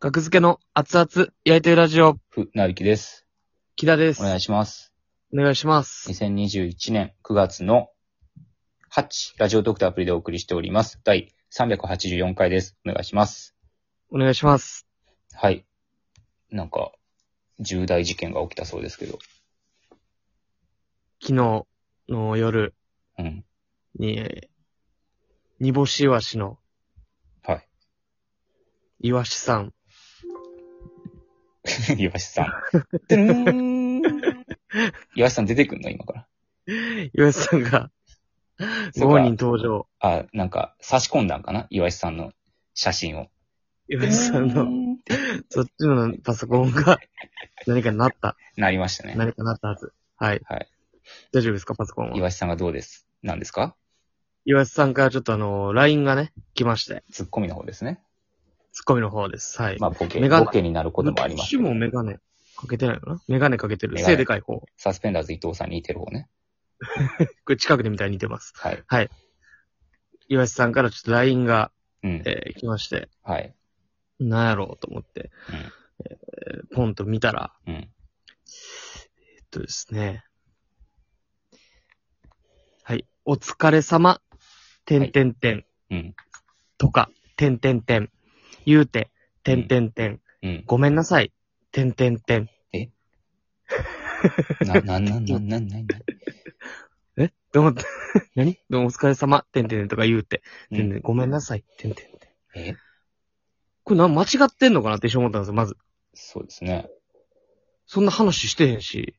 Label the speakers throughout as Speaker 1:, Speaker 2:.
Speaker 1: 学付けの熱々焼いてるラジオ、
Speaker 2: ふ、なびきです。
Speaker 1: 木田です。
Speaker 2: お願いします。
Speaker 1: お願いします。
Speaker 2: 2021年9月の8、ラジオドクターアプリでお送りしております。第384回です。お願いします。
Speaker 1: お願いします。
Speaker 2: はい。なんか、重大事件が起きたそうですけど。
Speaker 1: 昨日の夜
Speaker 2: うん。
Speaker 1: に、えー煮干しイワシの
Speaker 2: はい。
Speaker 1: イワシさん、
Speaker 2: イワ シさん。てるーん。イワシさん出てくんの今から。
Speaker 1: イワシさんが、
Speaker 2: そう
Speaker 1: ご
Speaker 2: か
Speaker 1: 本人登場。
Speaker 2: あ、なんか、差し込んだんかなイワシさんの写真 を。
Speaker 1: イワシさん
Speaker 2: うー
Speaker 1: の、
Speaker 2: ん
Speaker 1: そっちのパソコンが、何かなった。
Speaker 2: なりましたね。
Speaker 1: 何かなったはず。はい。
Speaker 2: はい。
Speaker 1: 大丈夫ですか、パソコン
Speaker 2: イ
Speaker 1: は。
Speaker 2: ワシさんがどうですなんですか
Speaker 1: イワシさんからちょっとあのー、LINE がね、来まして。
Speaker 2: ツッコミの方ですね。
Speaker 1: ツッコミの方です。はい。
Speaker 2: まあ、ボケ、
Speaker 1: メガネ
Speaker 2: ボケになることもありますけ
Speaker 1: 私
Speaker 2: ど。
Speaker 1: もメガネかけてないのかなメガネかけてる。
Speaker 2: メガネ
Speaker 1: 背でかい方。こ
Speaker 2: サスペンダーズ伊藤さんに似てる方ね。
Speaker 1: れ近くで見たら似てます。
Speaker 2: はい。
Speaker 1: 岩橋さんからちょっと LINE が、
Speaker 2: うん。
Speaker 1: えー来まして、
Speaker 2: はい。
Speaker 1: なんやろうと思って、えーポンと見たら、
Speaker 2: うん。うん。
Speaker 1: えっとですね。はい。お疲れ様、てんてんてん、
Speaker 2: うん。
Speaker 1: とか、てんてんてん、言うて、てんてんてん、
Speaker 2: うん。
Speaker 1: ごめんなさい、てんてんてん。
Speaker 2: な、な、な、な、な、な、な、な。
Speaker 1: どうも、何 どうもお疲れ様、てんてんてんとか言うて、
Speaker 2: う
Speaker 1: てんて
Speaker 2: ん
Speaker 1: ん、ごめんなさい、てんてんてん。
Speaker 2: え
Speaker 1: これな、間違ってんのかなって一瞬思ったんですよ、まず。
Speaker 2: そうですね。
Speaker 1: そんな話してへんし、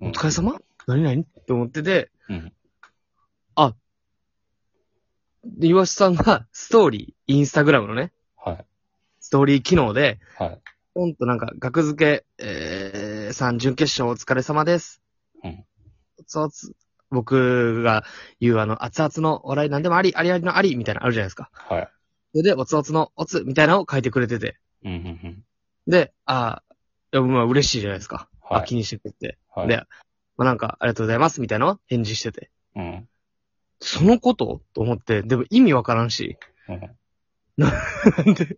Speaker 2: うん
Speaker 1: お疲れ様何々って思ってて、
Speaker 2: うん。
Speaker 1: で、岩下さんが、ストーリー、インスタグラムのね、
Speaker 2: はい。
Speaker 1: ストーリー機能で、
Speaker 2: はい。
Speaker 1: ほんとなんか、額付け、えー、さん、準決勝お疲れ様です。
Speaker 2: うん。
Speaker 1: そうつ、僕が言うあの、熱々のお笑い何でもあり、ありありのあり、みたいなのあるじゃないですか。
Speaker 2: はい。
Speaker 1: それで、おつおつのおつ、みたいなのを書いてくれてて。
Speaker 2: うん、うん、
Speaker 1: で、あーいや、まあ嬉しいじゃないですか。
Speaker 2: はい
Speaker 1: あ、気にしてくれて。
Speaker 2: うん。はい。
Speaker 1: で、まあなんか、ありがとうございます、みたいなのを返事してて。
Speaker 2: うん。
Speaker 1: そのことと思って、でも意味わからんし。
Speaker 2: うん。
Speaker 1: なんで、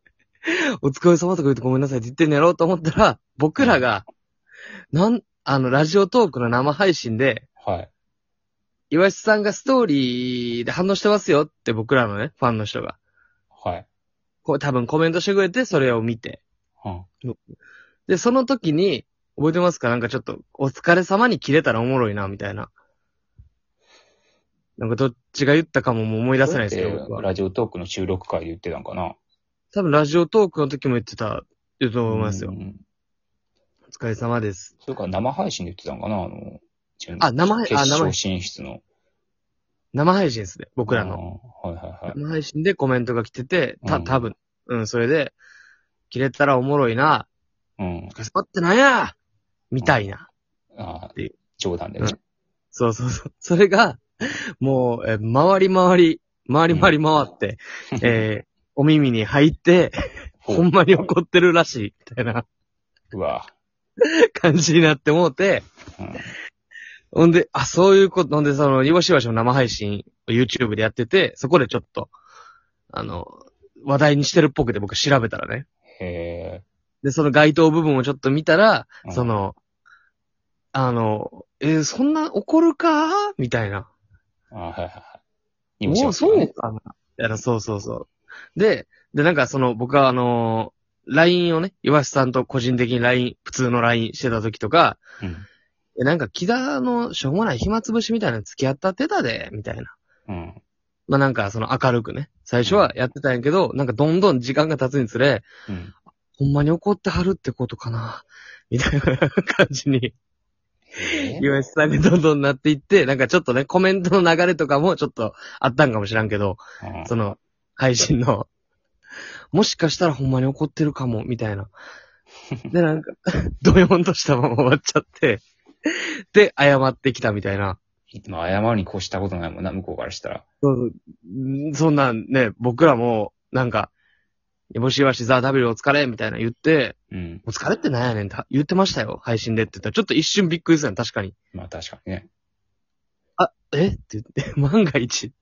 Speaker 1: お疲れ様とか言ってごめんなさいって言ってんやろうと思ったら、僕らが、なん、あの、ラジオトークの生配信で、
Speaker 2: はい。
Speaker 1: 岩下さんがストーリーで反応してますよって僕らのね、ファンの人が、
Speaker 2: はい。
Speaker 1: こう多分コメントしてくれて、それを見て。
Speaker 2: うん。
Speaker 1: で、その時に、覚えてますかなんかちょっと、お疲れ様に切れたらおもろいな、みたいな。なんかどっちが言ったかももう思い出せないですけど、僕は
Speaker 2: ラジオトークの収録会で言ってたんかな。
Speaker 1: 多分ラジオトークの時も言ってた、言うと思いますよ。
Speaker 2: んん。
Speaker 1: お疲れ様です。
Speaker 2: それから生配信で言ってたんかなあの、準
Speaker 1: あ生配
Speaker 2: 決
Speaker 1: あ生
Speaker 2: 勝
Speaker 1: 配
Speaker 2: 進出の。
Speaker 1: 生配信ですね、僕らの。
Speaker 2: うん。はいはいはい。
Speaker 1: 生配信でコメントが来てて、
Speaker 2: う
Speaker 1: た、
Speaker 2: ん
Speaker 1: 多分うん、それで、切れたらおもろいな、
Speaker 2: うん。
Speaker 1: ガスパってなんやみたいな。
Speaker 2: ああ
Speaker 1: で、
Speaker 2: 冗談でね。
Speaker 1: そうそうそう。それが、もう、えー回り回り、回り回り回って、えーお耳に入って、ほんまに怒ってるらしい、みたいな
Speaker 2: うわ。
Speaker 1: 感じになってもうて、
Speaker 2: うん。
Speaker 1: ほんで、あ、そういうこと、ほんで、その、いわしわしの生配信を YouTube でやってて、そこでちょっと、あの、話題にしてるっぽくて僕調べたらね。
Speaker 2: へえ。
Speaker 1: で、その該当部分をちょっと見たら、
Speaker 2: うん
Speaker 1: その、あの、えーそんな怒るかみたいな。
Speaker 2: あはいはいはい。
Speaker 1: もうそう
Speaker 2: ね。
Speaker 1: かなみたいな、そうそうそう。で、で、なんかその、僕はあのー、LINE をね、岩橋さんと個人的に LINE、普通の LINE してた時とか、
Speaker 2: うん。
Speaker 1: えなんか木田のしょうもない暇つぶしみたいなの付き合ったってたで、みたいな。
Speaker 2: うん。
Speaker 1: まあなんかその明るくね、最初はやってたんやけど、なんかどんどん時間が経つにつれ、
Speaker 2: うん。
Speaker 1: ほんまに怒ってはるってことかな、みたいな感じに
Speaker 2: へえ
Speaker 1: 岩井さんがどんどんなっていって、なんかちょっとね、コメントの流れとかもちょっとあったんかもしらんけど、
Speaker 2: うん
Speaker 1: その、配信の、もしかしたらほんまに怒ってるかも、みたいな。で、なんか、 ドヨンとしたまま終わっちゃって、で、謝ってきたみたいな。
Speaker 2: まあ、謝るに越したことないもんな、向こうからしたら。
Speaker 1: そううんそんなんね、僕らも、なんか、もしわしザ・ W お疲れみたいな言って、
Speaker 2: うん。
Speaker 1: お疲れってなんやねんって言ってましたよ、配信でって言ったら、ちょっと一瞬びっくりするの、確かに。
Speaker 2: まあ、確かにね。
Speaker 1: あ、えって言って、 万が一って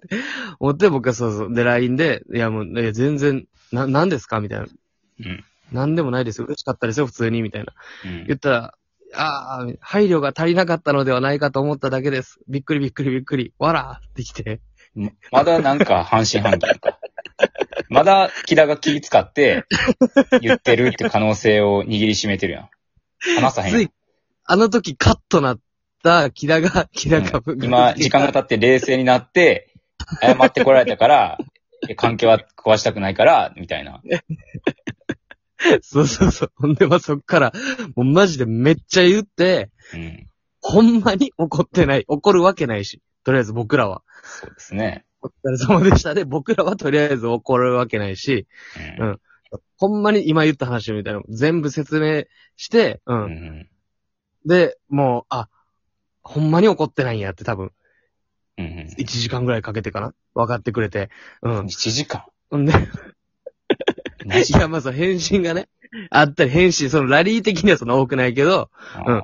Speaker 1: 思って、僕はそうそう。で、LINE で、いやもう、え全然、な、何ですかみたいな。
Speaker 2: うん。
Speaker 1: なんでもないですよ。嬉しかったですよ、普通に、みたいな。
Speaker 2: うん
Speaker 1: 言ったら、ああ、配慮が足りなかったのではないかと思っただけです。びっくりびっくりびっくり。わらってきて。
Speaker 2: ままだなんか半信半疑 か。まだ木田が気使って言ってるって可能性を握りしめてるやん。話さへん
Speaker 1: つ
Speaker 2: や
Speaker 1: い、あの時カッとなった、木田が、木田が、
Speaker 2: ん。うん今、時間が経って冷静になって、謝ってこられた から、え関係は壊したくないから、みたいな。
Speaker 1: そうそうそう。ほんで、まあ、そっから、もうマジでめっちゃ言って、
Speaker 2: うん。
Speaker 1: ほんまに怒ってない。怒るわけないし。とりあえず僕らは。
Speaker 2: そうですね。
Speaker 1: お疲れ様でしたで、僕らはとりあえず怒るわけないし、
Speaker 2: うん
Speaker 1: ほんまに今言った話みたいなの全部説明して、う。
Speaker 2: うんん。
Speaker 1: で、もう、あ、ほんまに怒ってないんやって多分、
Speaker 2: うん。
Speaker 1: 1時間ぐらいかけてかな分かってくれて。うん。
Speaker 2: 7時間。
Speaker 1: ほんで、
Speaker 2: マジ
Speaker 1: いや、まあそう、返信がね、あったり、返信、そのラリー的にはそんな多くないけど、うん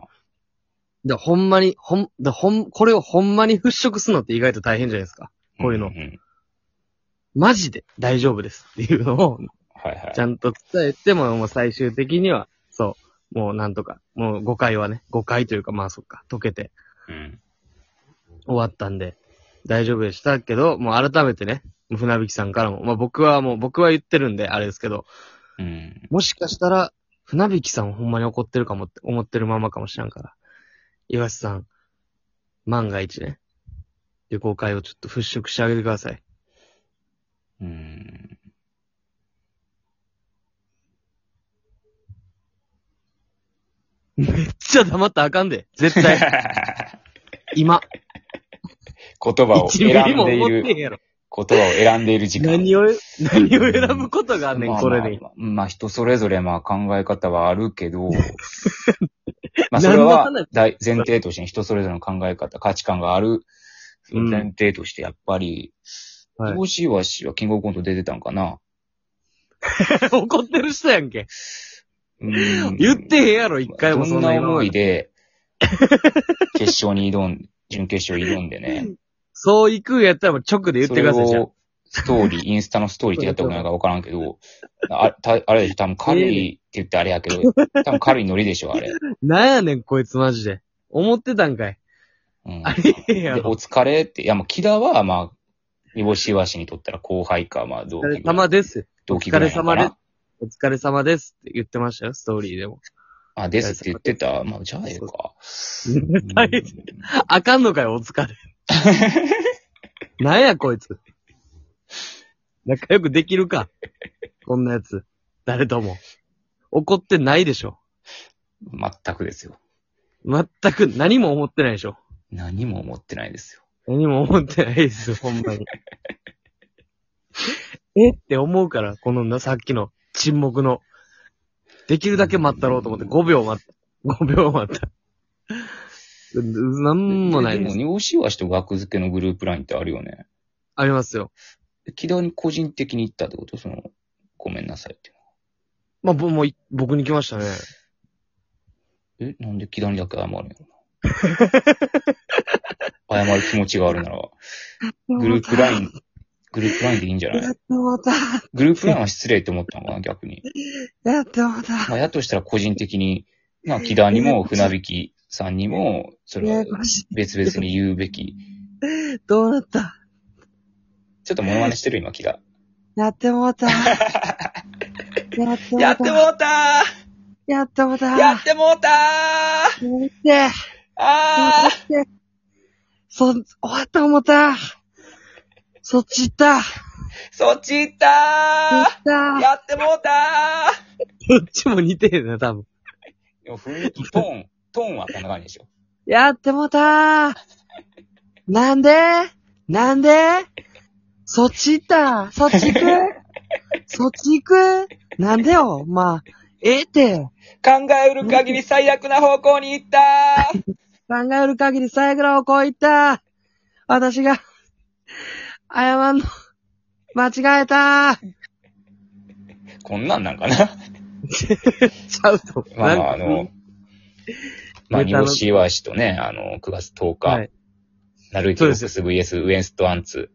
Speaker 1: で、ほんまに、ほん、で、ほん、これをほんまに払拭するのって意外と大変じゃないですか。こういうの
Speaker 2: ん
Speaker 1: マジで大丈夫ですっていうのを、
Speaker 2: はいはい。
Speaker 1: ちゃんと伝えても、もう最終的には、そう、もうなんとか、もう誤解はね、誤解というか、まあそっか、解けて
Speaker 2: うん。
Speaker 1: 終わったんで、大丈夫でしたけど、もう改めてね、船引さんからも、まあ僕はもう、僕は言ってるんで、あれですけど、
Speaker 2: うん。
Speaker 1: もしかしたら、船引さんほんまに怒ってるかもって思ってるままかもしれんから。岩瀬さん、万が一ね、旅行会をちょっと払拭してあげてください。
Speaker 2: うん。
Speaker 1: めっちゃ黙ったらあかんで。絶対、 今。
Speaker 2: 言葉を
Speaker 1: 一ミリ
Speaker 2: 選ん
Speaker 1: も
Speaker 2: で
Speaker 1: 思
Speaker 2: い
Speaker 1: って
Speaker 2: る、
Speaker 1: へんやろ。
Speaker 2: 言葉を選んでいる時間。
Speaker 1: 何を、何を選ぶことがあんねん、これで。
Speaker 2: まあまあまあ人それぞれまあ考え方はある けど、まあそ
Speaker 1: 何
Speaker 2: れ
Speaker 1: の
Speaker 2: は
Speaker 1: 話
Speaker 2: 大前提としてね人それぞれの考え方、価値観がある
Speaker 1: うん
Speaker 2: 前提としてやっぱり、
Speaker 1: はい
Speaker 2: どうしわしはキングオブコント出てたんかな、
Speaker 1: 怒ってる人やんけ。
Speaker 2: うん
Speaker 1: 言ってへんやろ、一回も
Speaker 2: そ
Speaker 1: そ
Speaker 2: ん
Speaker 1: んな
Speaker 2: な
Speaker 1: 今
Speaker 2: 思
Speaker 1: ま
Speaker 2: い
Speaker 1: で。
Speaker 2: で、決勝に挑ん、 準決勝挑んでね。
Speaker 1: そう行くんやったらもう直で言ってください、
Speaker 2: そ
Speaker 1: じ
Speaker 2: れ
Speaker 1: ゃあ
Speaker 2: をスト ーリー、インスタのストーリーってやったことないから分からんけど、あたあれでしょ、多分軽いって言ってあれやけど、多分軽いノリでしょ、あれ。
Speaker 1: なんやねん、こいつマジで。思ってたんかい。
Speaker 2: うん
Speaker 1: ありえへんや
Speaker 2: で、
Speaker 1: ろ。
Speaker 2: お疲れって、いや、もう、木田は、まあ、煮干しわしにとったら後輩か、まあ、同
Speaker 1: お疲れ
Speaker 2: 期ぐらい。
Speaker 1: 様です。
Speaker 2: 同期ぐらいなのかな
Speaker 1: お疲れ様でお疲れ様ですって言ってましたよ、ストーリーでも。
Speaker 2: あ、ですって言ってた。まあ、じゃあ、ええか。
Speaker 1: 大変 あかんのかよ、お疲れ。 なんや、こいつ。仲良くできるか。こんなやつ。誰とも。怒ってないでしょ。
Speaker 2: うん全くですよ。
Speaker 1: 全く何も思ってないでしょ。
Speaker 2: 何も思ってないですよ。
Speaker 1: 何も思ってないですよ、ほんまに。 えって思うから、このな、さっきの沈黙の。できるだけ待ったろうと思って、5秒待った。5秒待った。ううなんもない
Speaker 2: で
Speaker 1: で
Speaker 2: も、
Speaker 1: す。
Speaker 2: 煮干しわしと学付けのグループラインってあるよね。
Speaker 1: ありますよ。
Speaker 2: 木田に個人的に行ったってことその、ごめんなさいって。
Speaker 1: まあ、ぼもうい、僕に来ましたね。
Speaker 2: え、なんで木田にだけ謝るん やろな。謝る気持ちがあるなら、グループライン、グループラインでいいんじゃない
Speaker 1: また、
Speaker 2: グループラインは失礼って思ったのかな、逆に。
Speaker 1: やってまた。
Speaker 2: まあ、やとしたら個人的に、まあ、木田にも、船引きさんにも、それは
Speaker 1: し
Speaker 2: 別々に言うべき。
Speaker 1: い。どうなった
Speaker 2: ちょっとモノマネしてる、今、木田。
Speaker 1: やってもう た。やって
Speaker 2: やってもうた
Speaker 1: やってもうた
Speaker 2: ーやってもうたー
Speaker 1: て。
Speaker 2: あー
Speaker 1: そ、終わった思った。そっち行った。
Speaker 2: そっち行っ
Speaker 1: 行った
Speaker 2: ー
Speaker 1: た。
Speaker 2: やってもうたー
Speaker 1: どっちも似てるな、多分。
Speaker 2: でも雰囲気、トーン、トーンはこんな感じでしょ。
Speaker 1: やってもうた。なんでなんでそっち行った。そっち行くそっち行くなんでよ、まあ。ええって。
Speaker 2: 考えうる限り最悪な方向に行ったー
Speaker 1: 考える限り最後のこういった。私が、謝んの、間違えた。
Speaker 2: こんなんなん かな
Speaker 1: ちゃうと。
Speaker 2: まあまあ、
Speaker 1: な
Speaker 2: あ
Speaker 1: んか
Speaker 2: の、まあ、
Speaker 1: ネ
Speaker 2: 煮
Speaker 1: タの
Speaker 2: 干しイワシとね、あの、9月10
Speaker 1: は
Speaker 2: 日
Speaker 1: い、。
Speaker 2: ナルイトロックス VS ウエンストアンツ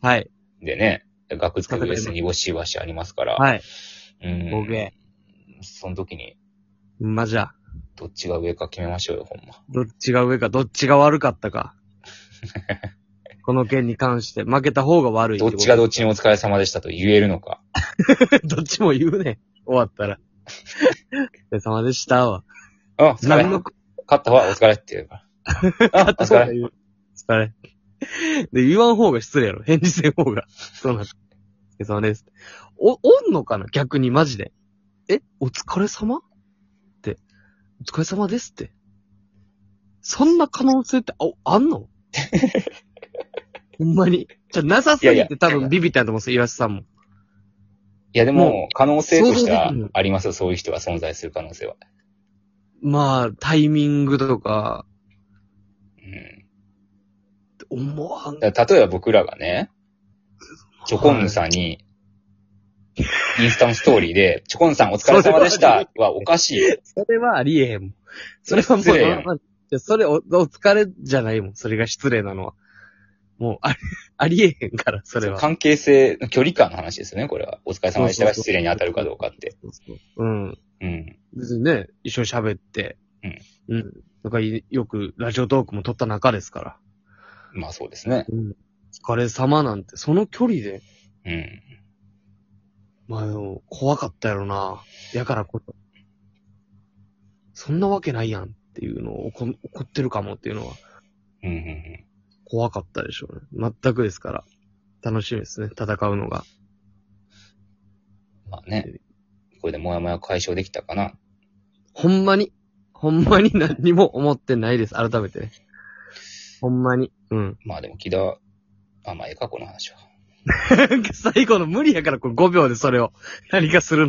Speaker 1: はい。
Speaker 2: でね、学付け
Speaker 1: 戦います
Speaker 2: VS 煮干しイワシありますから、
Speaker 1: はい。
Speaker 2: うん
Speaker 1: 僕へ
Speaker 2: その時に、
Speaker 1: まあ、じゃあ、
Speaker 2: どっちが上か決めましょうよ、ほんま。
Speaker 1: どっちが上か、どっちが悪かった か。この件に関して、負けた方が悪い
Speaker 2: どっちがどっ
Speaker 1: ち。
Speaker 2: ちにお疲れ様でしたと言えるのか。
Speaker 1: どっちも言うね。終わ ったら。お疲れ様でしたわ。
Speaker 2: うん、お疲れ。
Speaker 1: 何の
Speaker 2: 勝った方はお疲れって言 うから。うん、お疲れ。
Speaker 1: れ。お疲れ。で、言わん方が失礼やろ。返事せん方が。そうなんです。お疲れ様です。お、おんのかな逆にマジで。えお疲れ様って。お疲れ様ですって。そんな可能性って、あ、あんのほんまに。じゃ、なさすぎ
Speaker 2: いやい
Speaker 1: て
Speaker 2: や
Speaker 1: 多分ビビったんやと思うんですよ、岩瀬さんも。
Speaker 2: いや、で
Speaker 1: も
Speaker 2: も、可能性としては
Speaker 1: 想像できる
Speaker 2: ありますよ、そういう人は存在する可能性は。
Speaker 1: まあ、タイミングとか、
Speaker 2: うん。
Speaker 1: 思わん。
Speaker 2: だから例えば僕らがね、チョコンヌさんに、インスタのストーリーで、チョコンヌさんお疲れ様でしたはおかしいよ。
Speaker 1: それはありえへんもん。それはも
Speaker 2: 失礼やん
Speaker 1: う、まあじゃあそれお、お疲れじゃないもん。それが失礼なのは。もう、あり、 ありえへんから、それは。
Speaker 2: 関係性の距離感の話ですよね、これは。お疲れ様でしたが
Speaker 1: そうそうそう
Speaker 2: 失礼に当たるかどうかって。
Speaker 1: うん。
Speaker 2: うん。
Speaker 1: 別にね、一緒に喋って。うん。うん。だからい、よく、ラジオトークも撮った中ですから。
Speaker 2: まあそうですね。
Speaker 1: うん。お疲れ様なんて、その距離で、
Speaker 2: うん。
Speaker 1: まあでも、怖かったやろな。やからこと。そんなわけないやんっていうのを怒怒ってるかもっていうのは。
Speaker 2: うんうんうん。
Speaker 1: 怖かったでしょうね。全くですから。楽しみですね、戦うのが。
Speaker 2: まあね。これでモヤモヤ解消できたかな。
Speaker 1: ほんまに、ほんまに何にも思ってないです、改めてね。ほんまに。 うん。
Speaker 2: まあでも、木田は、あ、まあ、ええか、この話は。
Speaker 1: 最後の無理やから、これ5秒でそれを。何かするの